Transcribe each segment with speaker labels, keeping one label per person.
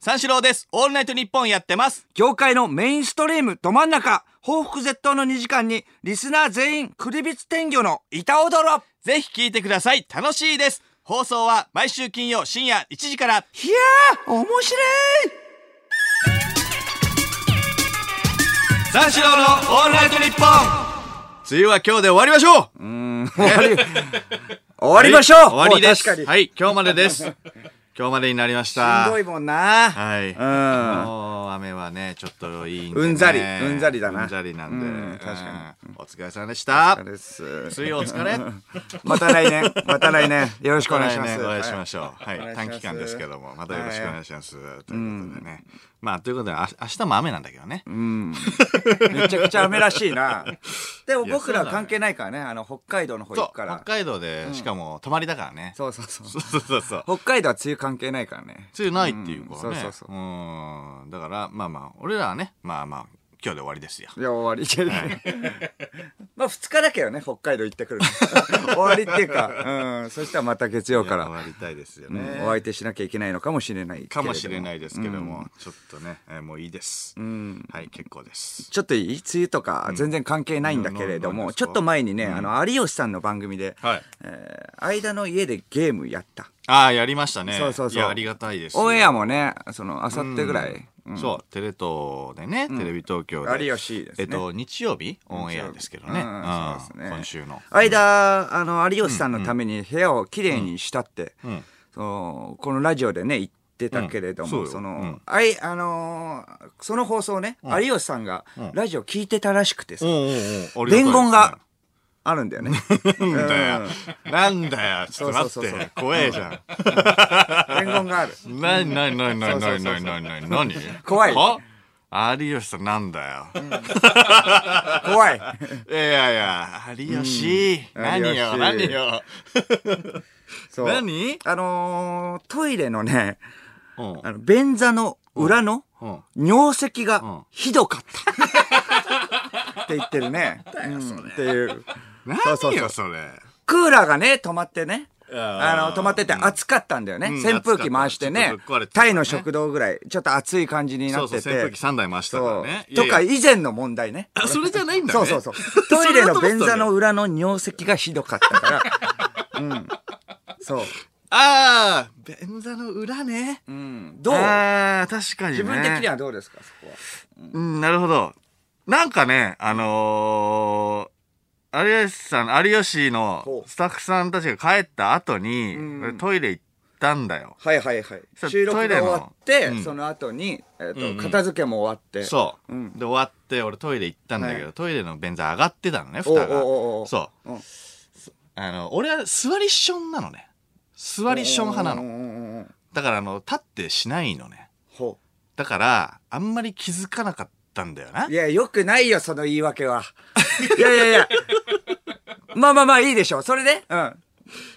Speaker 1: 三四郎です。オールナイトニッポンやってます。
Speaker 2: 業界のメインストリームど真ん中報復絶倒の2時間にリスナー全員クリビツ天魚の板踊ろ
Speaker 1: ぜひ聞いてください。楽しいです。放送は毎週金曜深夜1時から。
Speaker 2: いやー面白い
Speaker 1: 三四郎のオールナイトニッポン梅雨は今日で終わりましょう
Speaker 2: 終わりましょう
Speaker 1: 終わりです。
Speaker 2: もう確か
Speaker 1: はい、今日まで です。今日までになりました。
Speaker 2: にしんどいもんな、
Speaker 1: はい。
Speaker 2: うん
Speaker 1: もう雨はね、ちょっといいんで、ね。
Speaker 2: うんざりうんざりだな
Speaker 1: うんざりなんで。
Speaker 2: うん確かに
Speaker 1: うんお疲れ様でした。
Speaker 2: です
Speaker 1: 水曜お疲れ。
Speaker 2: また来年また来年よろしくお願いしま
Speaker 1: 来
Speaker 2: す
Speaker 1: 年お会いしましょう。はい、
Speaker 2: お願いします
Speaker 1: 短期間ですけども、またよろしくお願いします。ということでね。まあ、ということで、あ明日も雨なんだけどね。
Speaker 2: はいめちゃくちゃ雨らしいなでも
Speaker 1: いやそ
Speaker 2: 僕
Speaker 1: うだ
Speaker 2: ら
Speaker 1: ね
Speaker 2: 関係ないからねあの北海道の方
Speaker 1: そ
Speaker 2: 行
Speaker 1: う
Speaker 2: く、か
Speaker 1: 北
Speaker 2: ら
Speaker 1: 海道で、しかも泊まりだからね。
Speaker 2: そうそうそう
Speaker 1: そうそうそうそう。
Speaker 2: 北海道は梅雨関係ないからね
Speaker 1: 梅雨ないっていうからね。
Speaker 2: うんそうそうそ
Speaker 1: う
Speaker 2: う
Speaker 1: んだから、まあまあ、俺らはね、まあまあ、今日で終わりですよ。
Speaker 2: いや終わりじゃない まあ2日だけどね北海道行ってくる の終わりっていうか、うん、そしたらまた月曜
Speaker 1: い
Speaker 2: か
Speaker 1: や
Speaker 2: ら
Speaker 1: 終わりたいですよ
Speaker 2: う
Speaker 1: ね。
Speaker 2: んお相手しなきゃいけないのかもしれないけれど
Speaker 1: かもしれないですけども、ちょっとね、えーもういいです、はい結構です
Speaker 2: ちょっといい梅雨とか全然関係ないんだけれど
Speaker 1: うんな
Speaker 2: も、
Speaker 1: なんです
Speaker 2: ち
Speaker 1: か
Speaker 2: ょっと前にね、あの有吉さんの番組で、
Speaker 1: はい
Speaker 2: えー間の家でゲームやった
Speaker 1: ああやりましたね
Speaker 2: そうそうそう
Speaker 1: やありがたいです
Speaker 2: オンエア
Speaker 1: も、
Speaker 2: もねそのあさってぐらい、
Speaker 1: うんそうテレ東でね、テレビ東京で
Speaker 2: 有吉です
Speaker 1: え
Speaker 2: ね
Speaker 1: っと日曜日オンエアですけどね,、
Speaker 2: うん
Speaker 1: あ
Speaker 2: そ
Speaker 1: ー
Speaker 2: うですね
Speaker 1: 今週の
Speaker 2: 間あの有吉さんのために部屋をきれいにしたって、
Speaker 1: ん
Speaker 2: そのこのラジオでね言ってたけれども、
Speaker 1: うんそうよ
Speaker 2: その、
Speaker 1: うん
Speaker 2: あいあのーその放送をね、有吉さんがラジオ聞いてたらしくてさ、
Speaker 1: おうおうおうありがたいですね
Speaker 2: 伝言があるんだよね。
Speaker 1: なんだよ、なんだよちょっと待って
Speaker 2: そうそうそうそう
Speaker 1: 怖えじゃん
Speaker 2: 伝言がある。
Speaker 1: なになになになになになになになになに
Speaker 2: 怖い
Speaker 1: は有吉さんなんだよ、
Speaker 2: 怖い。
Speaker 1: いやいや有吉、
Speaker 2: うん
Speaker 1: 何よ
Speaker 2: 有
Speaker 1: 何
Speaker 2: 吉
Speaker 1: よ
Speaker 2: そう
Speaker 1: 何
Speaker 2: あのートイレのね、
Speaker 1: うん
Speaker 2: あの便座の裏の
Speaker 1: うん
Speaker 2: 尿石
Speaker 1: うん
Speaker 2: がひど かった。って言ってるね。うんっていう。
Speaker 1: 何
Speaker 2: そ
Speaker 1: よ
Speaker 2: うそう
Speaker 1: そ
Speaker 2: そう
Speaker 1: れ
Speaker 2: クーラーがね、止まってね。あ
Speaker 1: あ
Speaker 2: の、止まってて暑かったんだよね。
Speaker 1: うん
Speaker 2: 扇風機回してね
Speaker 1: 暑かったちょっと壊れ。てた
Speaker 2: タ
Speaker 1: ね
Speaker 2: イの食堂ぐらい、ちょっと暑い感じに
Speaker 1: そ
Speaker 2: な
Speaker 1: う
Speaker 2: っ
Speaker 1: そう
Speaker 2: て
Speaker 1: 扇風
Speaker 2: て
Speaker 1: 機。3台回したから
Speaker 2: そ
Speaker 1: ね
Speaker 2: う。とか
Speaker 1: いやいや
Speaker 2: 以前の問題ね。
Speaker 1: あそれじゃないんだ
Speaker 2: そう
Speaker 1: ね
Speaker 2: そうそう。トイレの
Speaker 1: そ
Speaker 2: 便座の
Speaker 1: れだと思ってただ
Speaker 2: 裏の尿石がひどかったから。 うん。そう。
Speaker 1: ああ便座の裏ね
Speaker 2: うん。どう
Speaker 1: ああ確かにね
Speaker 2: 自分的にはどうですか、そこは。
Speaker 1: うんなるほどなんかねあのー有吉さん有吉の
Speaker 2: ほう
Speaker 1: スタッフさんたちが帰った後に
Speaker 2: うん
Speaker 1: 俺トイレ行ったんだよ
Speaker 2: はいはいはい
Speaker 1: そう
Speaker 2: 収録が
Speaker 1: トイレ
Speaker 2: 終
Speaker 1: の
Speaker 2: わって、
Speaker 1: うん
Speaker 2: その後に、えーと
Speaker 1: うんうん
Speaker 2: 片付けも終わって
Speaker 1: そう、
Speaker 2: うん
Speaker 1: で終わって俺トイレ行ったんだけど、
Speaker 2: は
Speaker 1: トイレの便座上がってたのね蓋が
Speaker 2: おうおうおう、
Speaker 1: そう
Speaker 2: ん、
Speaker 1: あの、俺は座りションなのね。座りション派なの。
Speaker 2: うんうんうんうん
Speaker 1: だからあの、立ってしないのね。
Speaker 2: ほ
Speaker 1: だから、あんまり気づかなかったんだよな
Speaker 2: うい。やよくないよその言い訳はいやいやいやまあまあまあいいでしょうそれでうん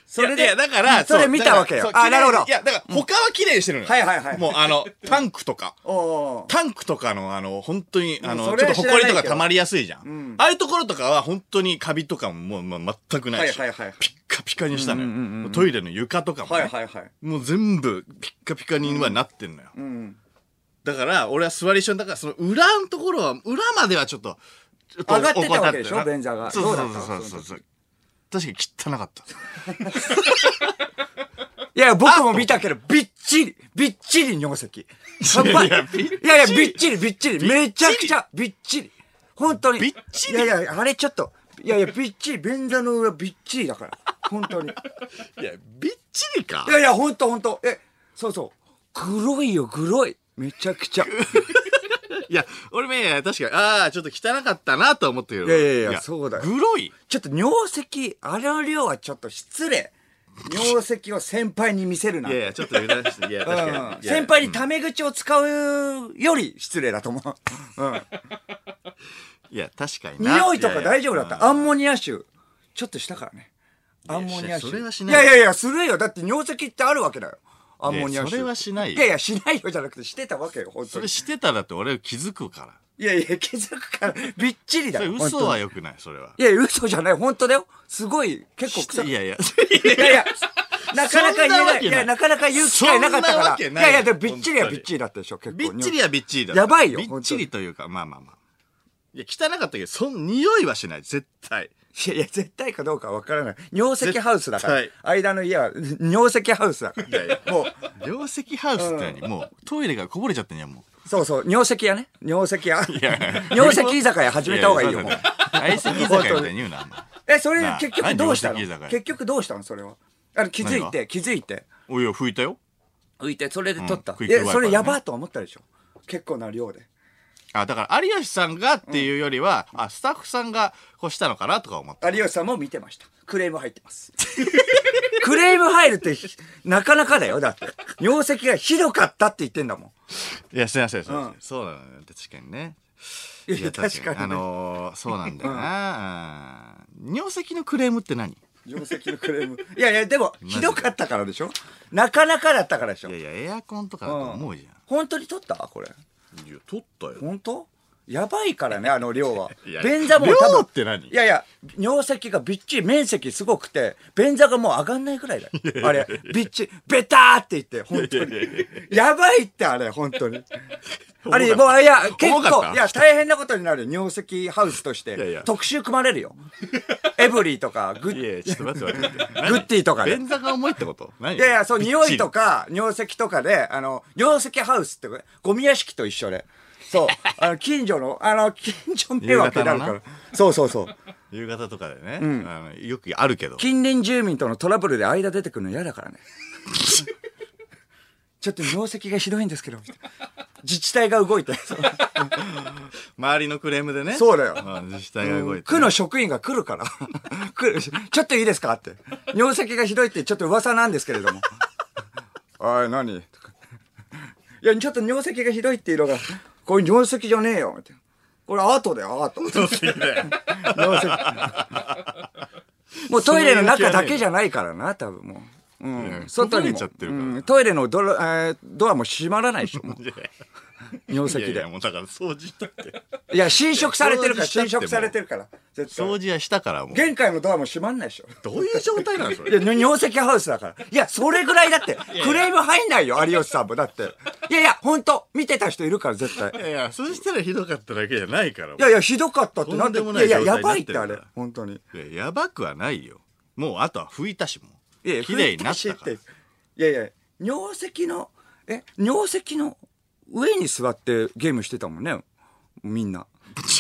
Speaker 2: それ
Speaker 1: い
Speaker 2: で
Speaker 1: やいやだから、
Speaker 2: それ
Speaker 1: う
Speaker 2: 見たわけよ
Speaker 1: だからそう
Speaker 2: あなるほど
Speaker 1: 綺麗にいや、だから他は綺麗にしてるのよ。
Speaker 2: はいはいはい
Speaker 1: もうあの、タンクとか。
Speaker 2: おうおう
Speaker 1: タンクとかのあの、本当に、あの、
Speaker 2: そ
Speaker 1: ち
Speaker 2: れ
Speaker 1: ょっ
Speaker 2: は
Speaker 1: と
Speaker 2: 知らない
Speaker 1: 埃
Speaker 2: けど
Speaker 1: とか溜まりやすいじゃん。
Speaker 2: うん
Speaker 1: ああいうところとかは本当にカビとかももう、まあ、全くないし、
Speaker 2: はいはいはい
Speaker 1: ピッカピカにしたのよ。
Speaker 2: うんうんうんうん
Speaker 1: もうトイレの床とかも、ね
Speaker 2: はいはいはい
Speaker 1: もう全部ピッカピカにはなってんのよ。
Speaker 2: うん
Speaker 1: だから、俺は座り一緒だから、その裏のところは、裏まではちょっと、ちょっと
Speaker 2: 上がってたわけでしょ
Speaker 1: 怠ってな
Speaker 2: 便座が
Speaker 1: そう
Speaker 2: どう
Speaker 1: そ
Speaker 2: だ
Speaker 1: う
Speaker 2: った
Speaker 1: そうそうそう。確かに汚かった。
Speaker 2: いや僕も見たけどびっちりびっちり尿石
Speaker 1: いやいやびっちり
Speaker 2: いやいやびっちりびっちりめちゃくちゃびっちり本当に
Speaker 1: びっちり
Speaker 2: いやいやあれちょっといやいやびっちり便座の裏びっちりだから本当に
Speaker 1: いや、びっちりか
Speaker 2: い。やいや、ほんとほんと。え、そうそう。グロいよ、グロい。めちゃくちゃ。い
Speaker 1: いや、俺もいや、確かに、ああ、ちょっと汚かったなとは思ってる
Speaker 2: やいやいや、そうだよ。
Speaker 1: グロい。
Speaker 2: ちょっと尿石、洗う量はちょっと失礼。尿石を先輩に見せるな。
Speaker 1: いやいや、ちょっと油断して、いや、確かに
Speaker 2: うん。
Speaker 1: いや
Speaker 2: 先輩にタメ口を使うより失礼だと思う。うん、
Speaker 1: いや、確かに な。
Speaker 2: 匂いとか大丈夫だった。ア
Speaker 1: あ
Speaker 2: ンモニア臭。ちょっとしたからね。アンモニア臭。
Speaker 1: それはしない
Speaker 2: いやいやいや、するよ。だって尿石ってあるわけだよ。アンモニア臭。
Speaker 1: いやそれはしないよ
Speaker 2: いやいや、しないよじゃなくて、してたわけよ、本当
Speaker 1: そ
Speaker 2: に
Speaker 1: れ。してたらって俺気づくから。
Speaker 2: いやいや、気づくから、びっちりだ
Speaker 1: それ
Speaker 2: よ。
Speaker 1: 嘘
Speaker 2: 本当
Speaker 1: は
Speaker 2: に
Speaker 1: 良くない、それは。
Speaker 2: いや、嘘じゃない、本当だよ。すごい、結構臭
Speaker 1: い
Speaker 2: い。
Speaker 1: やいや、
Speaker 2: いやいや、なかなか言え
Speaker 1: そんな
Speaker 2: な
Speaker 1: わ
Speaker 2: い。
Speaker 1: け
Speaker 2: い
Speaker 1: ない
Speaker 2: や、なかなか言う機会なかった
Speaker 1: そんなわ
Speaker 2: から。
Speaker 1: け
Speaker 2: い
Speaker 1: ない
Speaker 2: やいや、でもびっちりは
Speaker 1: 本当
Speaker 2: び
Speaker 1: に
Speaker 2: っちりだったでしょ、結構。
Speaker 1: びっちりはびっちりだ。
Speaker 2: やばいよ
Speaker 1: びっちりというか、まあまあまあ。いや、汚かったけど、そん、匂いはしない、絶対。
Speaker 2: いやいや、絶対かどうかわからない。尿石ハウスだから
Speaker 1: 絶。
Speaker 2: 間の家は尿石ハウスだか
Speaker 1: いやいや
Speaker 2: ら。も
Speaker 1: 両席ハウスって何、もう、トイレがこぼれちゃってんやん、も
Speaker 2: う、そうそう、尿石屋ね。尿石屋。
Speaker 1: う。いやいや
Speaker 2: 尿石居酒屋始めた方がいいよ、もう。
Speaker 1: 相席居酒屋みたいに言うな、あんま
Speaker 2: え、それ
Speaker 1: なあ
Speaker 2: 結局どうしたの
Speaker 1: 何尿石居酒屋
Speaker 2: 結局どうしたのそれは。あの、気づい
Speaker 1: 何
Speaker 2: て、気づいて。
Speaker 1: おいや、拭いたよ。
Speaker 2: 浮いて、それで取った
Speaker 1: うん。クイ
Speaker 2: い
Speaker 1: ックワイ
Speaker 2: や、
Speaker 1: パー
Speaker 2: それやばーと思ったでしょ。結構な量で。
Speaker 1: あ、だから、有吉さんがっていうよりは、あ、スタッフさんがこうしたのかなとか思った。
Speaker 2: 有吉さんも見てました。クレーム入ってます。 クレーム入るってひ、なかなかだよ。だって。尿石がひどかったって言ってんだもん。
Speaker 1: いや、すいません、すいません。
Speaker 2: うん
Speaker 1: そうなのよ、確かにね。
Speaker 2: いやいや、確かに、ね。
Speaker 1: あのー、そうなんだよな、うん尿石のクレームって何い
Speaker 2: 定石のクレーム。いやいや、でも、
Speaker 1: ジで
Speaker 2: ひどかったからでしょなかなかだったからでしょ
Speaker 1: やいや、エアコンとかだと思うじゃん。
Speaker 2: 本当に取ったこれ。
Speaker 1: いや、取ったよ。
Speaker 2: 本当やばいからね、あの量は
Speaker 1: いや。
Speaker 2: 便座も多
Speaker 1: 量
Speaker 2: 分。
Speaker 1: って何
Speaker 2: いやいや、尿石がびっちり、面積すごくて、便座がもう上がんないぐらいだよ。あれ、びっちり、ベターって言って、本当に。やばいってあれ、本当に。あれ、もう、いや、結
Speaker 1: 重かっ
Speaker 2: 構、
Speaker 1: た
Speaker 2: いや、大変なことになるよ尿石ハウスとし
Speaker 1: やい
Speaker 2: て
Speaker 1: や、
Speaker 2: 特集組まれるよ。エブリィとか、グ
Speaker 1: いやい
Speaker 2: ッ、
Speaker 1: や、ちょっと待って待って待って。
Speaker 2: グッティとかで
Speaker 1: 便座が重いってこと何
Speaker 2: いやいや、そう、匂いと
Speaker 1: か。
Speaker 2: か、尿石とかで、あの、尿石ハウスって、ゴミ屋敷と一緒で。 そう。あの、近所の、あの、近所迷惑になるか
Speaker 1: 夕
Speaker 2: ら。そうそうそう。
Speaker 1: 夕方とかでね。あのよくあるけど。
Speaker 2: 近隣住民とのトラブルで間出てくるの嫌だからね。 ちょっと尿石がひどいんですけど、みたいな自治体が動いて。そう
Speaker 1: 周りのクレームでね。
Speaker 2: そうだよ
Speaker 1: ん自治体が動いて。
Speaker 2: 区の職員が来るから。 来るちょっといいですかって。尿石がひどいってちょっと噂なんですけれ ども。おい、何とかいや、ちょっと尿石がひどいっていうのが、これ尿石じゃねえよ、みたいな。これアートだよ、アート。
Speaker 1: そうすぎだよ
Speaker 2: 尿石。もうトイレの中だけじゃないからな、多分もう。う
Speaker 1: いや
Speaker 2: ん、外
Speaker 1: こぼれ
Speaker 2: にも
Speaker 1: ちゃってるから
Speaker 2: うんトイレのドロ、えードアも閉まらないでしょ、もう
Speaker 1: いやいや
Speaker 2: 尿石
Speaker 1: いやい
Speaker 2: で
Speaker 1: や。もうだから掃除した って。
Speaker 2: いや、侵食されてるから、
Speaker 1: 掃除したって
Speaker 2: 侵食されてるから。絶対
Speaker 1: 掃。除はしたからもう。
Speaker 2: 玄関のドアも閉まんないでしょ。
Speaker 1: どういう状態なのそ
Speaker 2: い。や、尿石ハウスだから。いや、それぐらいだって、クレーム入んないよ、有吉さんも。だって。いやいや、ほんと、見てた人いるから、絶対。
Speaker 1: いやいや、そしたらひどかっただけじゃないから。もう
Speaker 2: いやいや、ひどかったってなんで
Speaker 1: とんでも
Speaker 2: い
Speaker 1: な
Speaker 2: や
Speaker 1: い状
Speaker 2: いや、
Speaker 1: 態
Speaker 2: やばいってあ
Speaker 1: になってる
Speaker 2: れ
Speaker 1: から、
Speaker 2: 本当に。
Speaker 1: いややばくはないよもうあとは拭いたしもう
Speaker 2: いやいや、
Speaker 1: 綺麗になった
Speaker 2: 拭い
Speaker 1: から
Speaker 2: しっていやいや、尿石の、え、尿石の上に座ってゲームしてたもんね。みんな。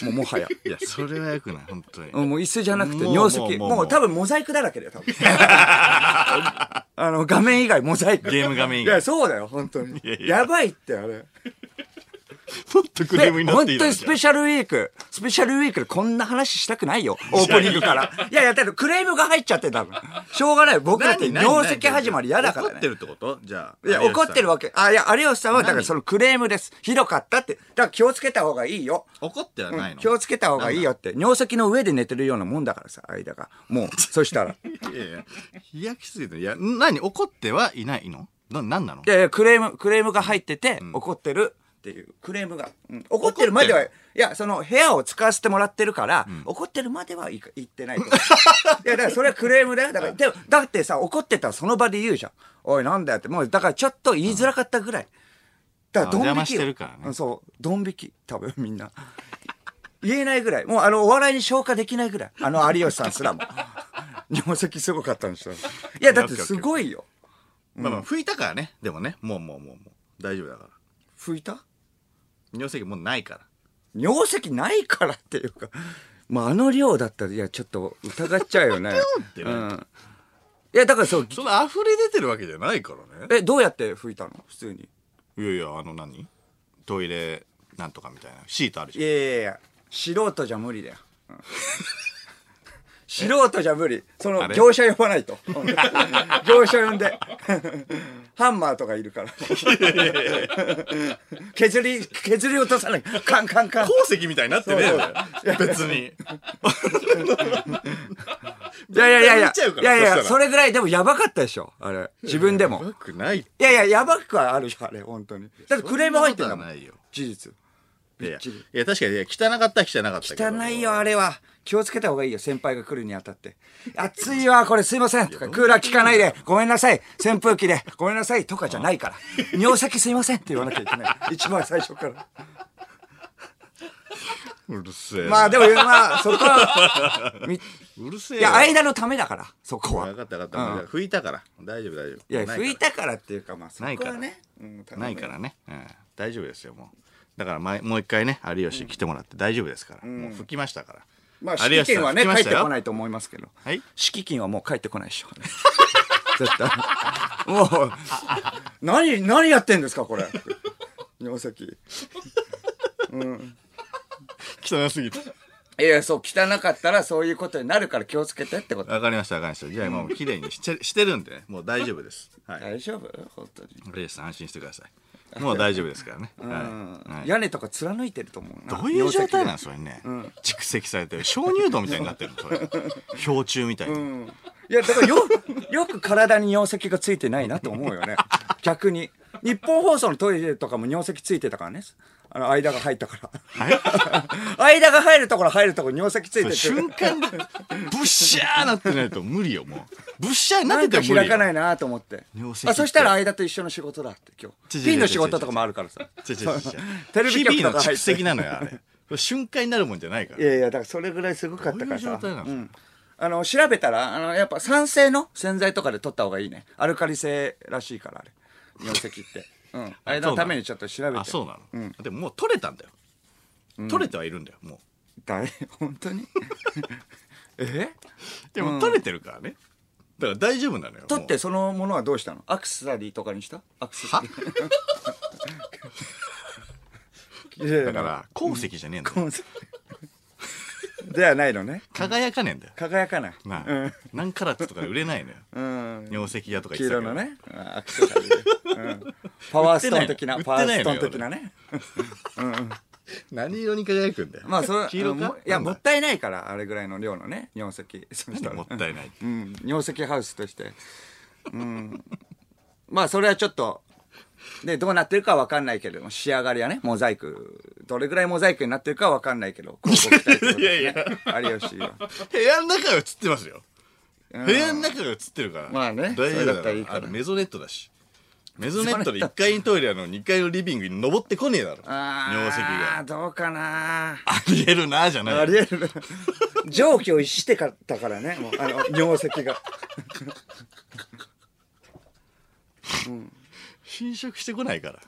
Speaker 2: もうもはや。
Speaker 1: いやそれはよくない本当に、
Speaker 2: うんもう椅子じゃなくて
Speaker 1: もう
Speaker 2: 尿石。
Speaker 1: も
Speaker 2: も
Speaker 1: う
Speaker 2: う
Speaker 1: もうもう
Speaker 2: 多分モザイクだらけだよ、多 分。あの、画面以外モザイク。
Speaker 1: ゲーム画面以
Speaker 2: い
Speaker 1: 外
Speaker 2: や、そうだよ、本当に。
Speaker 1: いやいや
Speaker 2: やばいって、あれ。
Speaker 1: もっとクレームになっ
Speaker 2: 本
Speaker 1: ていい
Speaker 2: 当にス
Speaker 1: じゃ
Speaker 2: ペシャルウィーク、スペシャルウィークでこんな話したくないよ、オープニングから。いやいや、だってクレームが入っちゃってたの。しょうがない。僕だって尿石始まり嫌だから
Speaker 1: 怒
Speaker 2: ね
Speaker 1: って。るってことじゃあ
Speaker 2: いや、怒ってる
Speaker 1: わ
Speaker 2: わけ。あ、いや、有吉さんは、だからそのクレームです。ひどかったって。だから気をつけた方がいいよ。
Speaker 1: 怒ってはないの、
Speaker 2: 気をつけた方がいいよって。尿石の上で寝てるようなもんだからさ、間が。もう、そしたら。い
Speaker 1: いやいや冷やきすぎていや何怒ってはいないのな何なの
Speaker 2: やいや、クレーム、クレームが入ってて、怒ってるっていう、クレームが。うん怒ってるまでは、
Speaker 1: 怒
Speaker 2: いや、その部屋を使わせてもらってるから、怒ってるまではいか言ってないと思う。 いや、だからそれはクレームだよ。だから、でも、だってさ、怒ってたらその場で言うじゃん。おい、なんだよって。もう、だからちょっと言いづらかったぐらい。だから、ドン
Speaker 1: あ邪魔
Speaker 2: 引
Speaker 1: し
Speaker 2: き
Speaker 1: て
Speaker 2: よ
Speaker 1: るからね
Speaker 2: うんそう、ドン引き。多分、みんな。言えないぐらい。もう、あの、お笑いに消化できないぐらい。あの、有吉さんす らも。尿石すごかったんでしょ。いや、だってすごいよ。
Speaker 1: まあまあ拭いたからねでもねもうもうもうもう大丈夫だから
Speaker 2: 拭いた
Speaker 1: 尿石もうないから
Speaker 2: 尿石ないからっていうか、まあ、あの量だったら、いや、ちょっと疑っちゃ うよね。
Speaker 1: て
Speaker 2: う
Speaker 1: ね
Speaker 2: ん。いや、だからそう、
Speaker 1: そんな溢れ出てるわけじゃないからね
Speaker 2: え、どうやって拭いたの普通に。
Speaker 1: いやいやあの何トイレなんとかみたいなシートある
Speaker 2: い
Speaker 1: じゃん
Speaker 2: やいやいや素人じゃ無理だよ、うん 素人じゃ無理そ
Speaker 1: あ
Speaker 2: の
Speaker 1: れ
Speaker 2: 業者呼ばないと 業者呼んでハンマーとかいるから削り削り落とさないカンカンカン
Speaker 1: 鉱石みたいになってねえ
Speaker 2: そう
Speaker 1: よ別に
Speaker 2: いやいやいやい
Speaker 1: 見ちゃう
Speaker 2: や
Speaker 1: か
Speaker 2: い
Speaker 1: ら
Speaker 2: やい
Speaker 1: そした
Speaker 2: や
Speaker 1: ら
Speaker 2: それぐらいでもやばかったでしょあれ自分でも
Speaker 1: うまくない
Speaker 2: いやいややばくはあるよあれ本当にだってクレーム入ってんだも
Speaker 1: そ
Speaker 2: ん
Speaker 1: んなことはないよ
Speaker 2: 事実
Speaker 1: いやい
Speaker 2: っちり
Speaker 1: や確かにね汚かったら汚かったけど
Speaker 2: 汚いよ、あれは。気をつけた方がいいよ、先輩が来るにあたって。暑いわ、これすいません。とか、クーラー効かないで、ごめんなさい。扇風機で、ごめんなさい。とかじゃないから。尿石すいませんって言わなきゃいけない。 一番最初から。
Speaker 1: うるせえな
Speaker 2: まあでも、まあ、そこは、 みいう
Speaker 1: るせえよ
Speaker 2: や、間のためだから、そこは。
Speaker 1: 分かった分かった、拭いたから大丈夫大丈夫
Speaker 2: いや、拭い
Speaker 1: た
Speaker 2: たからっていうか、まあ、そ
Speaker 1: ない
Speaker 2: こ
Speaker 1: から
Speaker 2: はね。うん頼む
Speaker 1: ないからね、うん、大丈夫ですよもうだから前もう一回ね有吉来てもらって大丈夫ですから、もう拭きましたから
Speaker 2: まあ、
Speaker 1: 有
Speaker 2: 敷
Speaker 1: 吉
Speaker 2: 金
Speaker 1: さ
Speaker 2: は
Speaker 1: ん
Speaker 2: ね、
Speaker 1: 拭きま
Speaker 2: 帰っ
Speaker 1: した
Speaker 2: て
Speaker 1: よ
Speaker 2: こないと思いますけど。
Speaker 1: はい
Speaker 2: 敷金はもう帰ってこないでしょ。絶対。もう、何、何やってんですか、これ。尿石。
Speaker 1: 汚すぎて
Speaker 2: いや、そう、汚かったらそういうことになるから気をつけてってこと。
Speaker 1: わかりましたわかりましたじゃあもう綺麗 にしてしてるんでねもう大丈夫ですはい
Speaker 2: 大丈夫本当に。
Speaker 1: 有吉さん安心してくださいもう大丈夫ですからね、
Speaker 2: う
Speaker 1: は
Speaker 2: ん
Speaker 1: いはい
Speaker 2: 屋根とか貫いてると思うな。
Speaker 1: どういう状態なん
Speaker 2: の
Speaker 1: それね、蓄積されてる鍾乳洞みたいになってるのそ れ氷柱みたいに、
Speaker 2: いや、だからよ、よく体に尿石がついてないなと思う よね。逆に。日本放送のトイレとかも尿石ついてたからね。あの、間が入ったから。
Speaker 1: はい
Speaker 2: 間が入るところ入るところ尿石ついてて
Speaker 1: 瞬間でブッシャーなってないと無理よもうブッシャーになっ
Speaker 2: な
Speaker 1: て
Speaker 2: ん
Speaker 1: て
Speaker 2: か
Speaker 1: も無理
Speaker 2: 開
Speaker 1: よ
Speaker 2: かないなと思って
Speaker 1: 尿石って
Speaker 2: あそしたら間と一緒の仕事だって今
Speaker 1: ちょちょちょ
Speaker 2: 日ピンの仕事とかもあるからさ
Speaker 1: 違う違う違う
Speaker 2: テレビ局
Speaker 1: 日々
Speaker 2: と
Speaker 1: の蓄
Speaker 2: か入って
Speaker 1: 積なのよあれこれ瞬間になるもんじゃないか
Speaker 2: い
Speaker 1: ら
Speaker 2: やいやだからそれぐらいすごかったからさ
Speaker 1: どういう状態なの
Speaker 2: んあの調べたらあのやっぱ酸性の洗剤とかで取った方がいいねアルカリ性らしいからあれ尿石って、 うん、間のためにちょっと調べて
Speaker 1: あそうなの、
Speaker 2: うん、
Speaker 1: でももう取れたんだよ取れてはいるんだよも
Speaker 2: だい本当にえ
Speaker 1: うでも取れてるからねだから大丈夫なのよもう
Speaker 2: 取ってそのものはどうしたのアクセサリーとかにしたアクセサリー いやいや
Speaker 1: だから鉱石じゃねえんだよ
Speaker 2: もうそ ではないのね
Speaker 1: 輝かねえんだよ
Speaker 2: 輝かない、
Speaker 1: なあ何カラットとかで売れないのよ
Speaker 2: うん、
Speaker 1: 尿石屋とか
Speaker 2: 黄
Speaker 1: 言って
Speaker 2: 色
Speaker 1: たけど
Speaker 2: のねうんアクセサリー で、うん、パワーストーン的な
Speaker 1: 売って
Speaker 2: パワ
Speaker 1: ない
Speaker 2: ーストーン
Speaker 1: 売って
Speaker 2: 的
Speaker 1: な
Speaker 2: なね
Speaker 1: 何色に輝くんだよ
Speaker 2: まあそれ
Speaker 1: 黄色
Speaker 2: うん
Speaker 1: か
Speaker 2: いや
Speaker 1: なんだ
Speaker 2: もったいないからあれぐらいの量のね尿石 そした
Speaker 1: なんで
Speaker 2: ら
Speaker 1: もったいない
Speaker 2: うん尿石ハウスとしてうんまあそれはちょっとでどうなってるかわかんないけれども仕上がりはねモザイクどれぐらいモザイクになってるかわかんないけど広告期待ってことですね
Speaker 1: いやい
Speaker 2: 有吉は
Speaker 1: 部屋の中が映ってますよ部屋の中が映ってるから
Speaker 2: まあね
Speaker 1: 大丈夫
Speaker 2: それだったらいいから
Speaker 1: あのメゾネットだしメゾネットで1階にトイレあるの2階のリビングに登ってこねえだろ
Speaker 2: あー
Speaker 1: 尿石が
Speaker 2: どうかな
Speaker 1: ありえるなじゃな
Speaker 2: あ
Speaker 1: い
Speaker 2: りえるな常軌を逸してかったから ねもうあの尿石が
Speaker 1: 侵食してこないから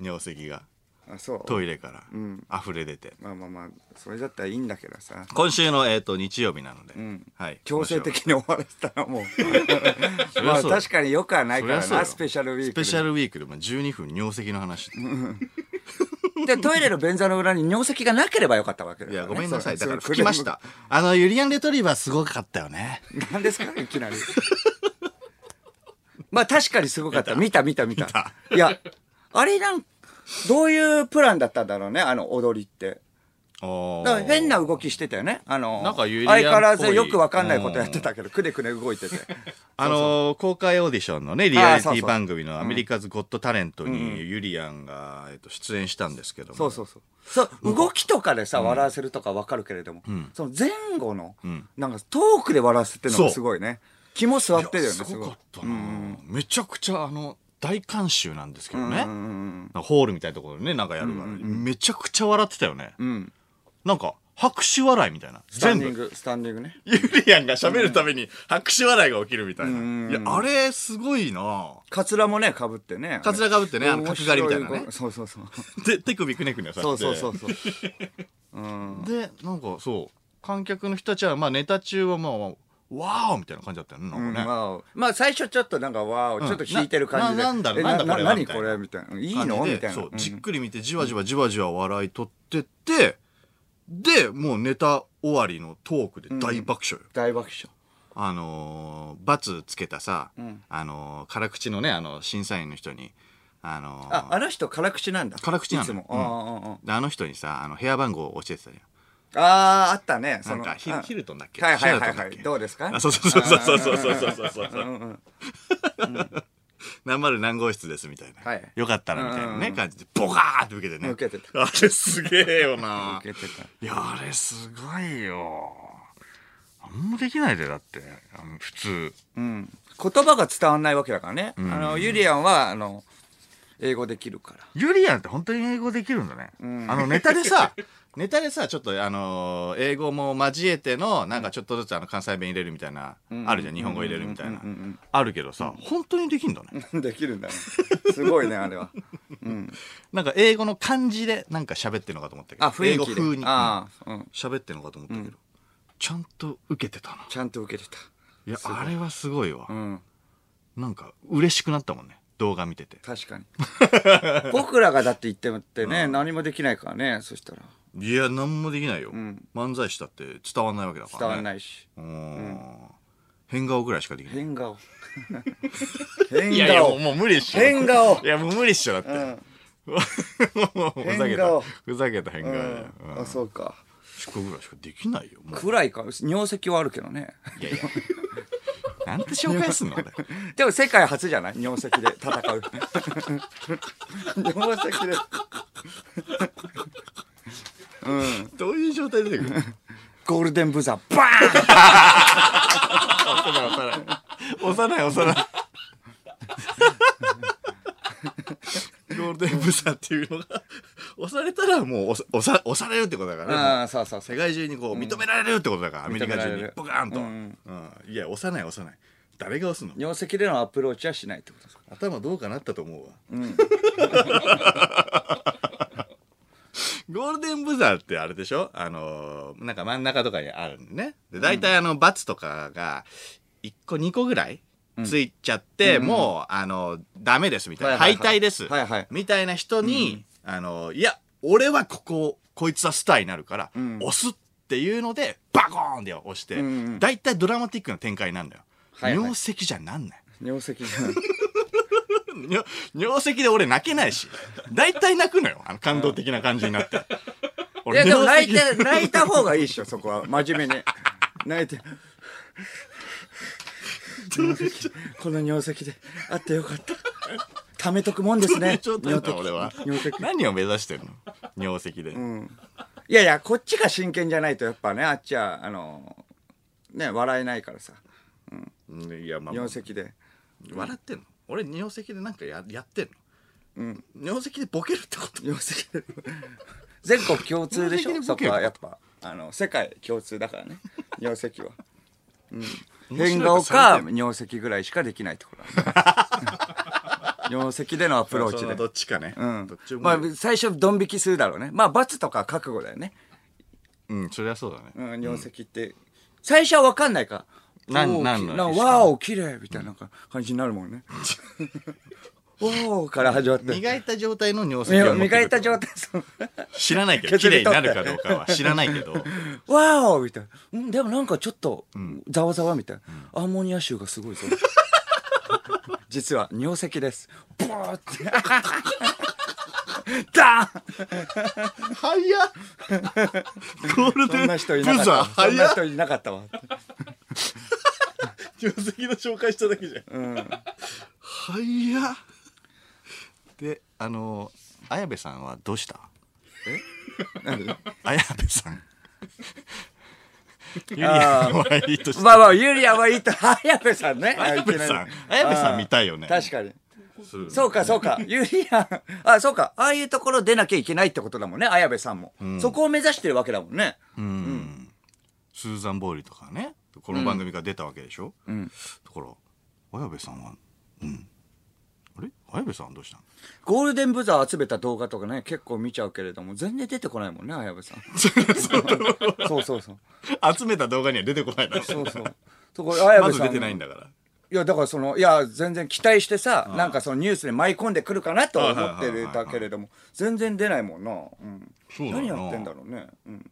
Speaker 1: 尿石が
Speaker 2: あそう
Speaker 1: トイレから溢れ出て
Speaker 2: まあまあまあそれだったらいいんだけどさ
Speaker 1: 今週の、えー、と日曜日なので、はい、
Speaker 2: 強制
Speaker 1: 今週は
Speaker 2: 的に終わらせたらもう
Speaker 1: そり
Speaker 2: ま
Speaker 1: ゃ
Speaker 2: あ
Speaker 1: そう
Speaker 2: 確かによくはない
Speaker 1: そり
Speaker 2: か
Speaker 1: ゃ
Speaker 2: ら
Speaker 1: そう
Speaker 2: な
Speaker 1: よ
Speaker 2: スペシャルウィー
Speaker 1: スペシャ
Speaker 2: ク
Speaker 1: ルウィークでも12分尿石の話
Speaker 2: ででトイレの便座の裏に尿石がなければよかったわけだ
Speaker 1: い
Speaker 2: から
Speaker 1: や
Speaker 2: ね
Speaker 1: ごめんなさいだ
Speaker 2: そう
Speaker 1: から
Speaker 2: そ
Speaker 1: 聞
Speaker 2: う
Speaker 1: きましたあのユリアンレトリーバーすごかったよね
Speaker 2: 何ですかい きなりまあ確かにすごかった見た見た見た
Speaker 1: た
Speaker 2: いやあれなんどういうプランだったんだろうねあの踊りってだから変な動きしてたよねあの
Speaker 1: なんかユリアンっぽ
Speaker 2: 相
Speaker 1: い
Speaker 2: 変わらずよくわかんないことやってたけどくねくね動いてて
Speaker 1: あのー公開オーディションのね、リアリテ
Speaker 2: あーそう
Speaker 1: ィ
Speaker 2: そう
Speaker 1: 番組のアメリカズ・ゴット・タレントにユリアンが、えっと、出演したんですけども。
Speaker 2: そうそうそうそう動きとかでさ笑わせるとかわかるけれども、その前後の、なんかトークで笑わせてるのがすごいね気も座ってるよね
Speaker 1: いやす
Speaker 2: す
Speaker 1: ご
Speaker 2: ご
Speaker 1: か
Speaker 2: い
Speaker 1: ったな、めちゃくちゃ、あの、大観衆なんですけどね。
Speaker 2: うんうん
Speaker 1: なんかホールみたいなところでね、なんかやるから、めちゃくちゃ笑ってたよね。
Speaker 2: うんうん
Speaker 1: なんか、拍手笑いみたいな。
Speaker 2: スタ
Speaker 1: 全
Speaker 2: ンディン
Speaker 1: 部。
Speaker 2: グスタンディングね
Speaker 1: ユリアンが喋るために拍手笑いが起きるみたいな。
Speaker 2: ん
Speaker 1: いや、あれ、すごいな
Speaker 2: カツラもねかぶってね
Speaker 1: カツラ被ってねあの
Speaker 2: 面
Speaker 1: 角
Speaker 2: 白
Speaker 1: 刈りみたいなね
Speaker 2: そうそうそう
Speaker 1: で、手首くねくねさ。
Speaker 2: そうそうそううそううん
Speaker 1: で、なんかそう、観客の人たちは、まあネタ中はまあ、まあわーみたいな感じだったよね、なんかね。
Speaker 2: まあ、まあ最初ちょっとなんかわーをちょっと引いてる感じで、
Speaker 1: ななんだろう
Speaker 2: え
Speaker 1: なんだこれは
Speaker 2: 何
Speaker 1: みたい
Speaker 2: こ
Speaker 1: な
Speaker 2: れみたいないいの
Speaker 1: 感じで
Speaker 2: みたいな
Speaker 1: そう
Speaker 2: うん
Speaker 1: じっくり見てじわじわじわじわ笑い取ってって、でもうネタ終わりのトークで大爆笑よ、
Speaker 2: 大爆笑
Speaker 1: あのー、バツつけたさ、あのー辛口のねあの審査員の人にあのー
Speaker 2: ああの人辛口なんだ
Speaker 1: 辛口なの
Speaker 2: いつも、
Speaker 1: うん
Speaker 2: あーあー
Speaker 1: であの人にさあの部屋番号を教えてたじゃん
Speaker 2: あーあーあったね
Speaker 1: なんかヒル
Speaker 2: あ
Speaker 1: ヒルトンだっけ
Speaker 2: はいはい
Speaker 1: シェ
Speaker 2: は
Speaker 1: ラ
Speaker 2: い
Speaker 1: トン
Speaker 2: は
Speaker 1: だっ
Speaker 2: い
Speaker 1: け
Speaker 2: どうですか
Speaker 1: あそうそうそうそうそうそうそうそう
Speaker 2: うんうん
Speaker 1: 何丸何号室ですみたいな、
Speaker 2: はい
Speaker 1: よかったらみたいな
Speaker 2: うんうん
Speaker 1: ね
Speaker 2: うん
Speaker 1: 感じでボカーって受けてね
Speaker 2: 受けて
Speaker 1: あれすげえよな
Speaker 2: 受けてた
Speaker 1: いやあれすごいよあんまできないでだってあの普通
Speaker 2: うん、言葉が伝わんないわけだからね、あのユリアンはあの英語できるから
Speaker 1: ユリアンって本当に英語できるんだね、
Speaker 2: ん
Speaker 1: あのネタで さネタでさちょっとあのー英語も交えてのなんかちょっとずつあの関西弁入れるみたいな、
Speaker 2: ん
Speaker 1: あるじゃん日本語入れるみたいな、
Speaker 2: うんうんうんうん
Speaker 1: あるけどさ本当にできんだね
Speaker 2: できるんだねすごいねあれは、うん、
Speaker 1: なんか英語の漢字でなんか喋ってるのかと思ったけど
Speaker 2: あ雰囲
Speaker 1: 英語
Speaker 2: 気で
Speaker 1: 風に
Speaker 2: ああ、うん、
Speaker 1: 喋ってるのかと思ったけど、ちゃんと受けてたな
Speaker 2: ちゃんと受けて
Speaker 1: いやあれはすごいわ、
Speaker 2: たうん
Speaker 1: なんか嬉しくなったもんね動画見てて
Speaker 2: 確 かに僕らがだって言ってもってね、何もできないからねそしたら
Speaker 1: いや何もできないよ、
Speaker 2: ん
Speaker 1: 漫才したって伝わんないわけだから、ね、
Speaker 2: 伝わんないいし
Speaker 1: 変顔ぐらいしかできない
Speaker 2: 変 顔変
Speaker 1: いやいやもう
Speaker 2: 顔
Speaker 1: もう無理っしょ
Speaker 2: 変顔
Speaker 1: いやもう無理っしょだって、もうふざけ
Speaker 2: 変
Speaker 1: た
Speaker 2: 顔
Speaker 1: ふざけた変顔
Speaker 2: う
Speaker 1: だよ
Speaker 2: ん、
Speaker 1: うん
Speaker 2: あそうか
Speaker 1: 四個ぐらいしかできないよもう
Speaker 2: 暗いか尿石はあるけどね
Speaker 1: いやいやなんて紹介すんの俺
Speaker 2: でも世界初じゃない尿石で戦 う尿石でうん
Speaker 1: どういう状態で出てくるの
Speaker 2: ゴールデンブザーバーン
Speaker 1: 押さない押さないゴールデンブザーっていうのが押されたらもう押さ押さ押されるってことだから
Speaker 2: あ
Speaker 1: ね
Speaker 2: あそうそうそ
Speaker 1: 世
Speaker 2: う
Speaker 1: 界中にこう認められるってことだから、アメリカ中
Speaker 2: 認めら
Speaker 1: に
Speaker 2: れる
Speaker 1: ボカーンと、う
Speaker 2: うんん
Speaker 1: いや押さない押さない誰が押すの
Speaker 2: 尿石でのアプローチはしないってことですか
Speaker 1: 頭どうかなったと思うわ、 ゴールデンブザーってあれでしょあのーなんか真ん中とかにあるんでねで大体あの罰とかが1個2個ぐらいついちゃって、もうあのダメですみたいな、
Speaker 2: はいはいはい
Speaker 1: 敗退です、
Speaker 2: はいはい
Speaker 1: みたいな人に、あのいや俺はこここいつはスターになるから、
Speaker 2: ん
Speaker 1: 押すっていうのでバコーンで押して、
Speaker 2: うんうん
Speaker 1: 大体ドラマティックな展開になるんだよ、
Speaker 2: はいはい
Speaker 1: 尿石じゃなんない
Speaker 2: 尿石じゃない
Speaker 1: 尿尿石で俺泣けないし大体泣くのよあの感動的な感じになって、
Speaker 2: いやでも泣い
Speaker 1: 尿石
Speaker 2: て泣いた方がいいっしょそこは真面目に泣いて尿石この尿石であってよかった貯めとくもんですね
Speaker 1: 状態だ俺は
Speaker 2: 尿石
Speaker 1: 何を目指してるの尿石で、
Speaker 2: いやいやこっちが真剣じゃないとやっぱねあっちはあのね笑えないからさ
Speaker 1: うんいやまあ
Speaker 2: 尿石で
Speaker 1: 笑ってんの俺尿石でなんかややってんの、尿石でボケるってこと
Speaker 2: 尿石で全国共通でし
Speaker 1: 尿石で
Speaker 2: ょ
Speaker 1: ボ
Speaker 2: そ
Speaker 1: ケ
Speaker 2: こ
Speaker 1: る
Speaker 2: はやっぱあの世界共通 だからね尿石は、うん、
Speaker 1: 面白い
Speaker 2: 変
Speaker 1: こと
Speaker 2: 顔
Speaker 1: さ
Speaker 2: か
Speaker 1: れて
Speaker 2: 尿石ぐらいしかできないってことなんだ 尿石でのアプローチ
Speaker 1: その
Speaker 2: で
Speaker 1: どっちかね、
Speaker 2: うん
Speaker 1: どっちも、
Speaker 2: まあ、最初ドン引きするだろうねまあ罰とか覚悟だよね、
Speaker 1: うんそりゃそうだね、
Speaker 2: うん、尿石って、最初は分かんないから
Speaker 1: なん
Speaker 2: おー
Speaker 1: なんの
Speaker 2: きな
Speaker 1: 石かな
Speaker 2: わーお綺麗みたいな感じになるもんね わーおから始まって
Speaker 1: 磨いた状態の尿石を持ってくる
Speaker 2: 磨いた状態そう
Speaker 1: 知らないけど綺
Speaker 2: 削
Speaker 1: 麗に
Speaker 2: り取
Speaker 1: な
Speaker 2: って
Speaker 1: るかどうかは知らないけど
Speaker 2: わおみたいな。んでもなんかちょっと、ざわざわみたいな。アンモニア臭がすごいぞ。 実は尿石です。ブワーって。ダーン
Speaker 1: 早 っゴール
Speaker 2: そんな人
Speaker 1: デ
Speaker 2: い
Speaker 1: ン
Speaker 2: な
Speaker 1: ブ
Speaker 2: かっ
Speaker 1: ザー
Speaker 2: た。そんな
Speaker 1: 早っ
Speaker 2: 人いなかったわ。
Speaker 1: 定石の紹介しただけじゃん、早っであの綾部さんはどうした綾部さ んユリアンはいいとして
Speaker 2: まあまあ、ユリアはいいと、綾部さんね。
Speaker 1: 綾部さん
Speaker 2: いきなり
Speaker 1: 綾部さん見たいよね
Speaker 2: あー確かに。
Speaker 1: する
Speaker 2: そうか、そうか。ユリアン。あ、そうか。ああいうところ出なきゃいけないってことだもんね、綾部さんも。そこを目指してるわけだもんね。
Speaker 1: うんスーザン・ボーリーとかねこの番組から出たわけでしょ、
Speaker 2: ん
Speaker 1: だから綾部さんはうんあれ綾部さんどうしたの
Speaker 2: ゴールデンブザー集めた動画とかね、結構見ちゃうけれども、全然出てこないもんね、綾部さん。 そうそうそう。
Speaker 1: 集めた動画には出てこないだろ
Speaker 2: そうそう。とこ綾
Speaker 1: ま
Speaker 2: 部
Speaker 1: ず
Speaker 2: さん。
Speaker 1: 出てないんだから
Speaker 2: いや、だからその、いや、全然期待してさ、なんかそのニュースに舞い込んでくるかなとは思ってるだけれども、全然出ないもんな。うん。
Speaker 1: そうだよ
Speaker 2: 何
Speaker 1: な
Speaker 2: やってんだろうね。うん。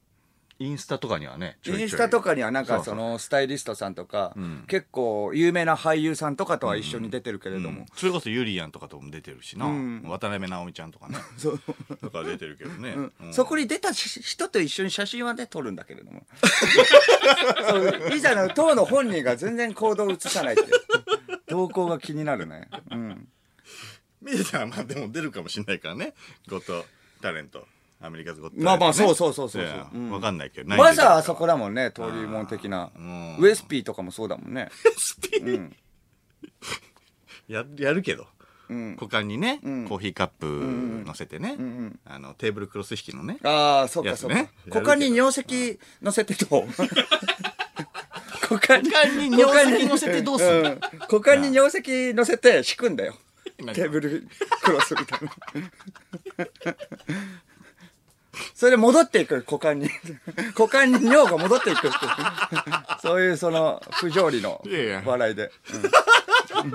Speaker 1: インスタとかにはね
Speaker 2: インスタとかにはなん
Speaker 1: そう
Speaker 2: か
Speaker 1: そう
Speaker 2: そのスタイリストさんとか、結構有名な俳優さんとかとは一緒に出てるけれども、
Speaker 1: それこそゆりやんとかとも出てるしな、
Speaker 2: うん
Speaker 1: 渡辺直美ちゃんとか ねとか出てるけどね、うん
Speaker 2: そこに出たし人と一緒に写真はね撮るんだけれども そういざの当の本人が全然行動を移さないっていう動向が気になるねうん
Speaker 1: 見えたらまあでも出るかもしれないからねゴッドタレントアメリカズゴッドタレントね、
Speaker 2: まあまあそうそうそうそうそう
Speaker 1: や
Speaker 2: うん
Speaker 1: わかんないけど何
Speaker 2: わ
Speaker 1: 出てる
Speaker 2: ざ
Speaker 1: か
Speaker 2: あそこだもんね登竜門的な
Speaker 1: うん
Speaker 2: ウエスピーとかもそうだもんね
Speaker 1: スピー
Speaker 2: うん
Speaker 1: ややるけど
Speaker 2: うん
Speaker 1: 股間にね、
Speaker 2: ん
Speaker 1: コーヒーカップ乗せてね、
Speaker 2: うんうん
Speaker 1: あのテーブルクロス引きのね
Speaker 2: ああそう
Speaker 1: や
Speaker 2: か
Speaker 1: つ
Speaker 2: そう
Speaker 1: ね
Speaker 2: か 他に尿石乗せてどう股間に
Speaker 1: 股間に尿石乗せてどうすんの
Speaker 2: ん股間に尿石乗せて敷くんだよ
Speaker 1: 何
Speaker 2: テーブルクロスみたいなそれで戻っていく股間に股間に尿が戻っていくっていうそういうその不条理の
Speaker 1: いやいや
Speaker 2: 笑いでうん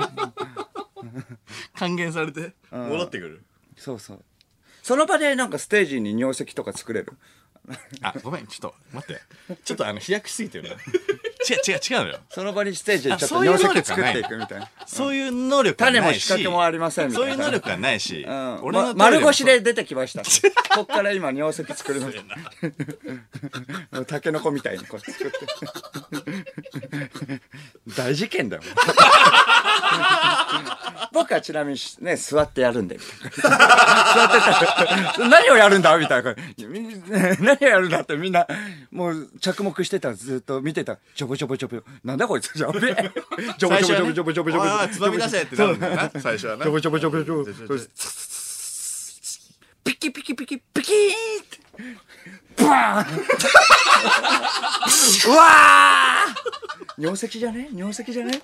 Speaker 1: 還元されて戻ってくる、
Speaker 2: そうそうその場でなんかステージに尿石とか作れる
Speaker 1: あごめんちょっと待ってちょっとあの飛躍しすぎてるな 違う違う違うのよ
Speaker 2: その場にステージでちょっ
Speaker 1: あそ
Speaker 2: と
Speaker 1: ういう能
Speaker 2: 尿
Speaker 1: 力
Speaker 2: 石作
Speaker 1: はな
Speaker 2: っ
Speaker 1: い
Speaker 2: ていくみたいな
Speaker 1: そういう能力はないし
Speaker 2: 種も仕掛けもありませんみたい
Speaker 1: そうい
Speaker 2: な
Speaker 1: う能力はないし、
Speaker 2: うん、
Speaker 1: 俺の
Speaker 2: ま丸腰
Speaker 1: トイレ
Speaker 2: で出てきました。こっから今尿石作るの。タケノコみたいにこう作 って。大事件だよ。 僕はちなみにね、座ってやるんで、みたいな座ってたら何をやるんだみたいな。みんな何をやるんだってみんな、もう着目してた、ずっと見てた。ちょぼちょぼちょぼ。なんだこいつ。じゃべえちょぼ
Speaker 1: 最
Speaker 2: ち
Speaker 1: 初
Speaker 2: ょ
Speaker 1: は
Speaker 2: ぼ
Speaker 1: ね
Speaker 2: ちょぼちょぼちょぼちょぼ。
Speaker 1: おいおいつまみ出せってなるんだよな最 初はな
Speaker 2: ちょぼちょぼちょぼちょぼ。
Speaker 1: ちょ
Speaker 2: そ
Speaker 1: ちょ
Speaker 2: う
Speaker 1: ちょ
Speaker 2: ピキピキピキピキーンってバーン うわー尿石じゃね尿石じゃね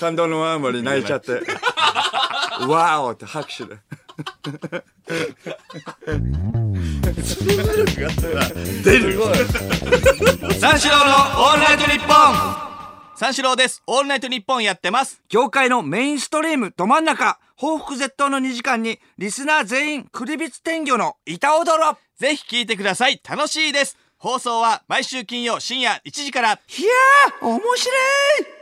Speaker 2: 感動のあんまり泣いちゃ って。わーおって拍 手で。
Speaker 1: 出るよ三四郎のオールナイトニッポン三四郎ですオールナイトニッポンやってます
Speaker 2: 業界のメインストリームど真ん中、報復絶倒の2時間に、リスナー全員、クリビツ天魚の板踊ろ
Speaker 1: ぜひ聞いてください楽しいです放送は毎週金曜深夜1時から
Speaker 2: いやー面白い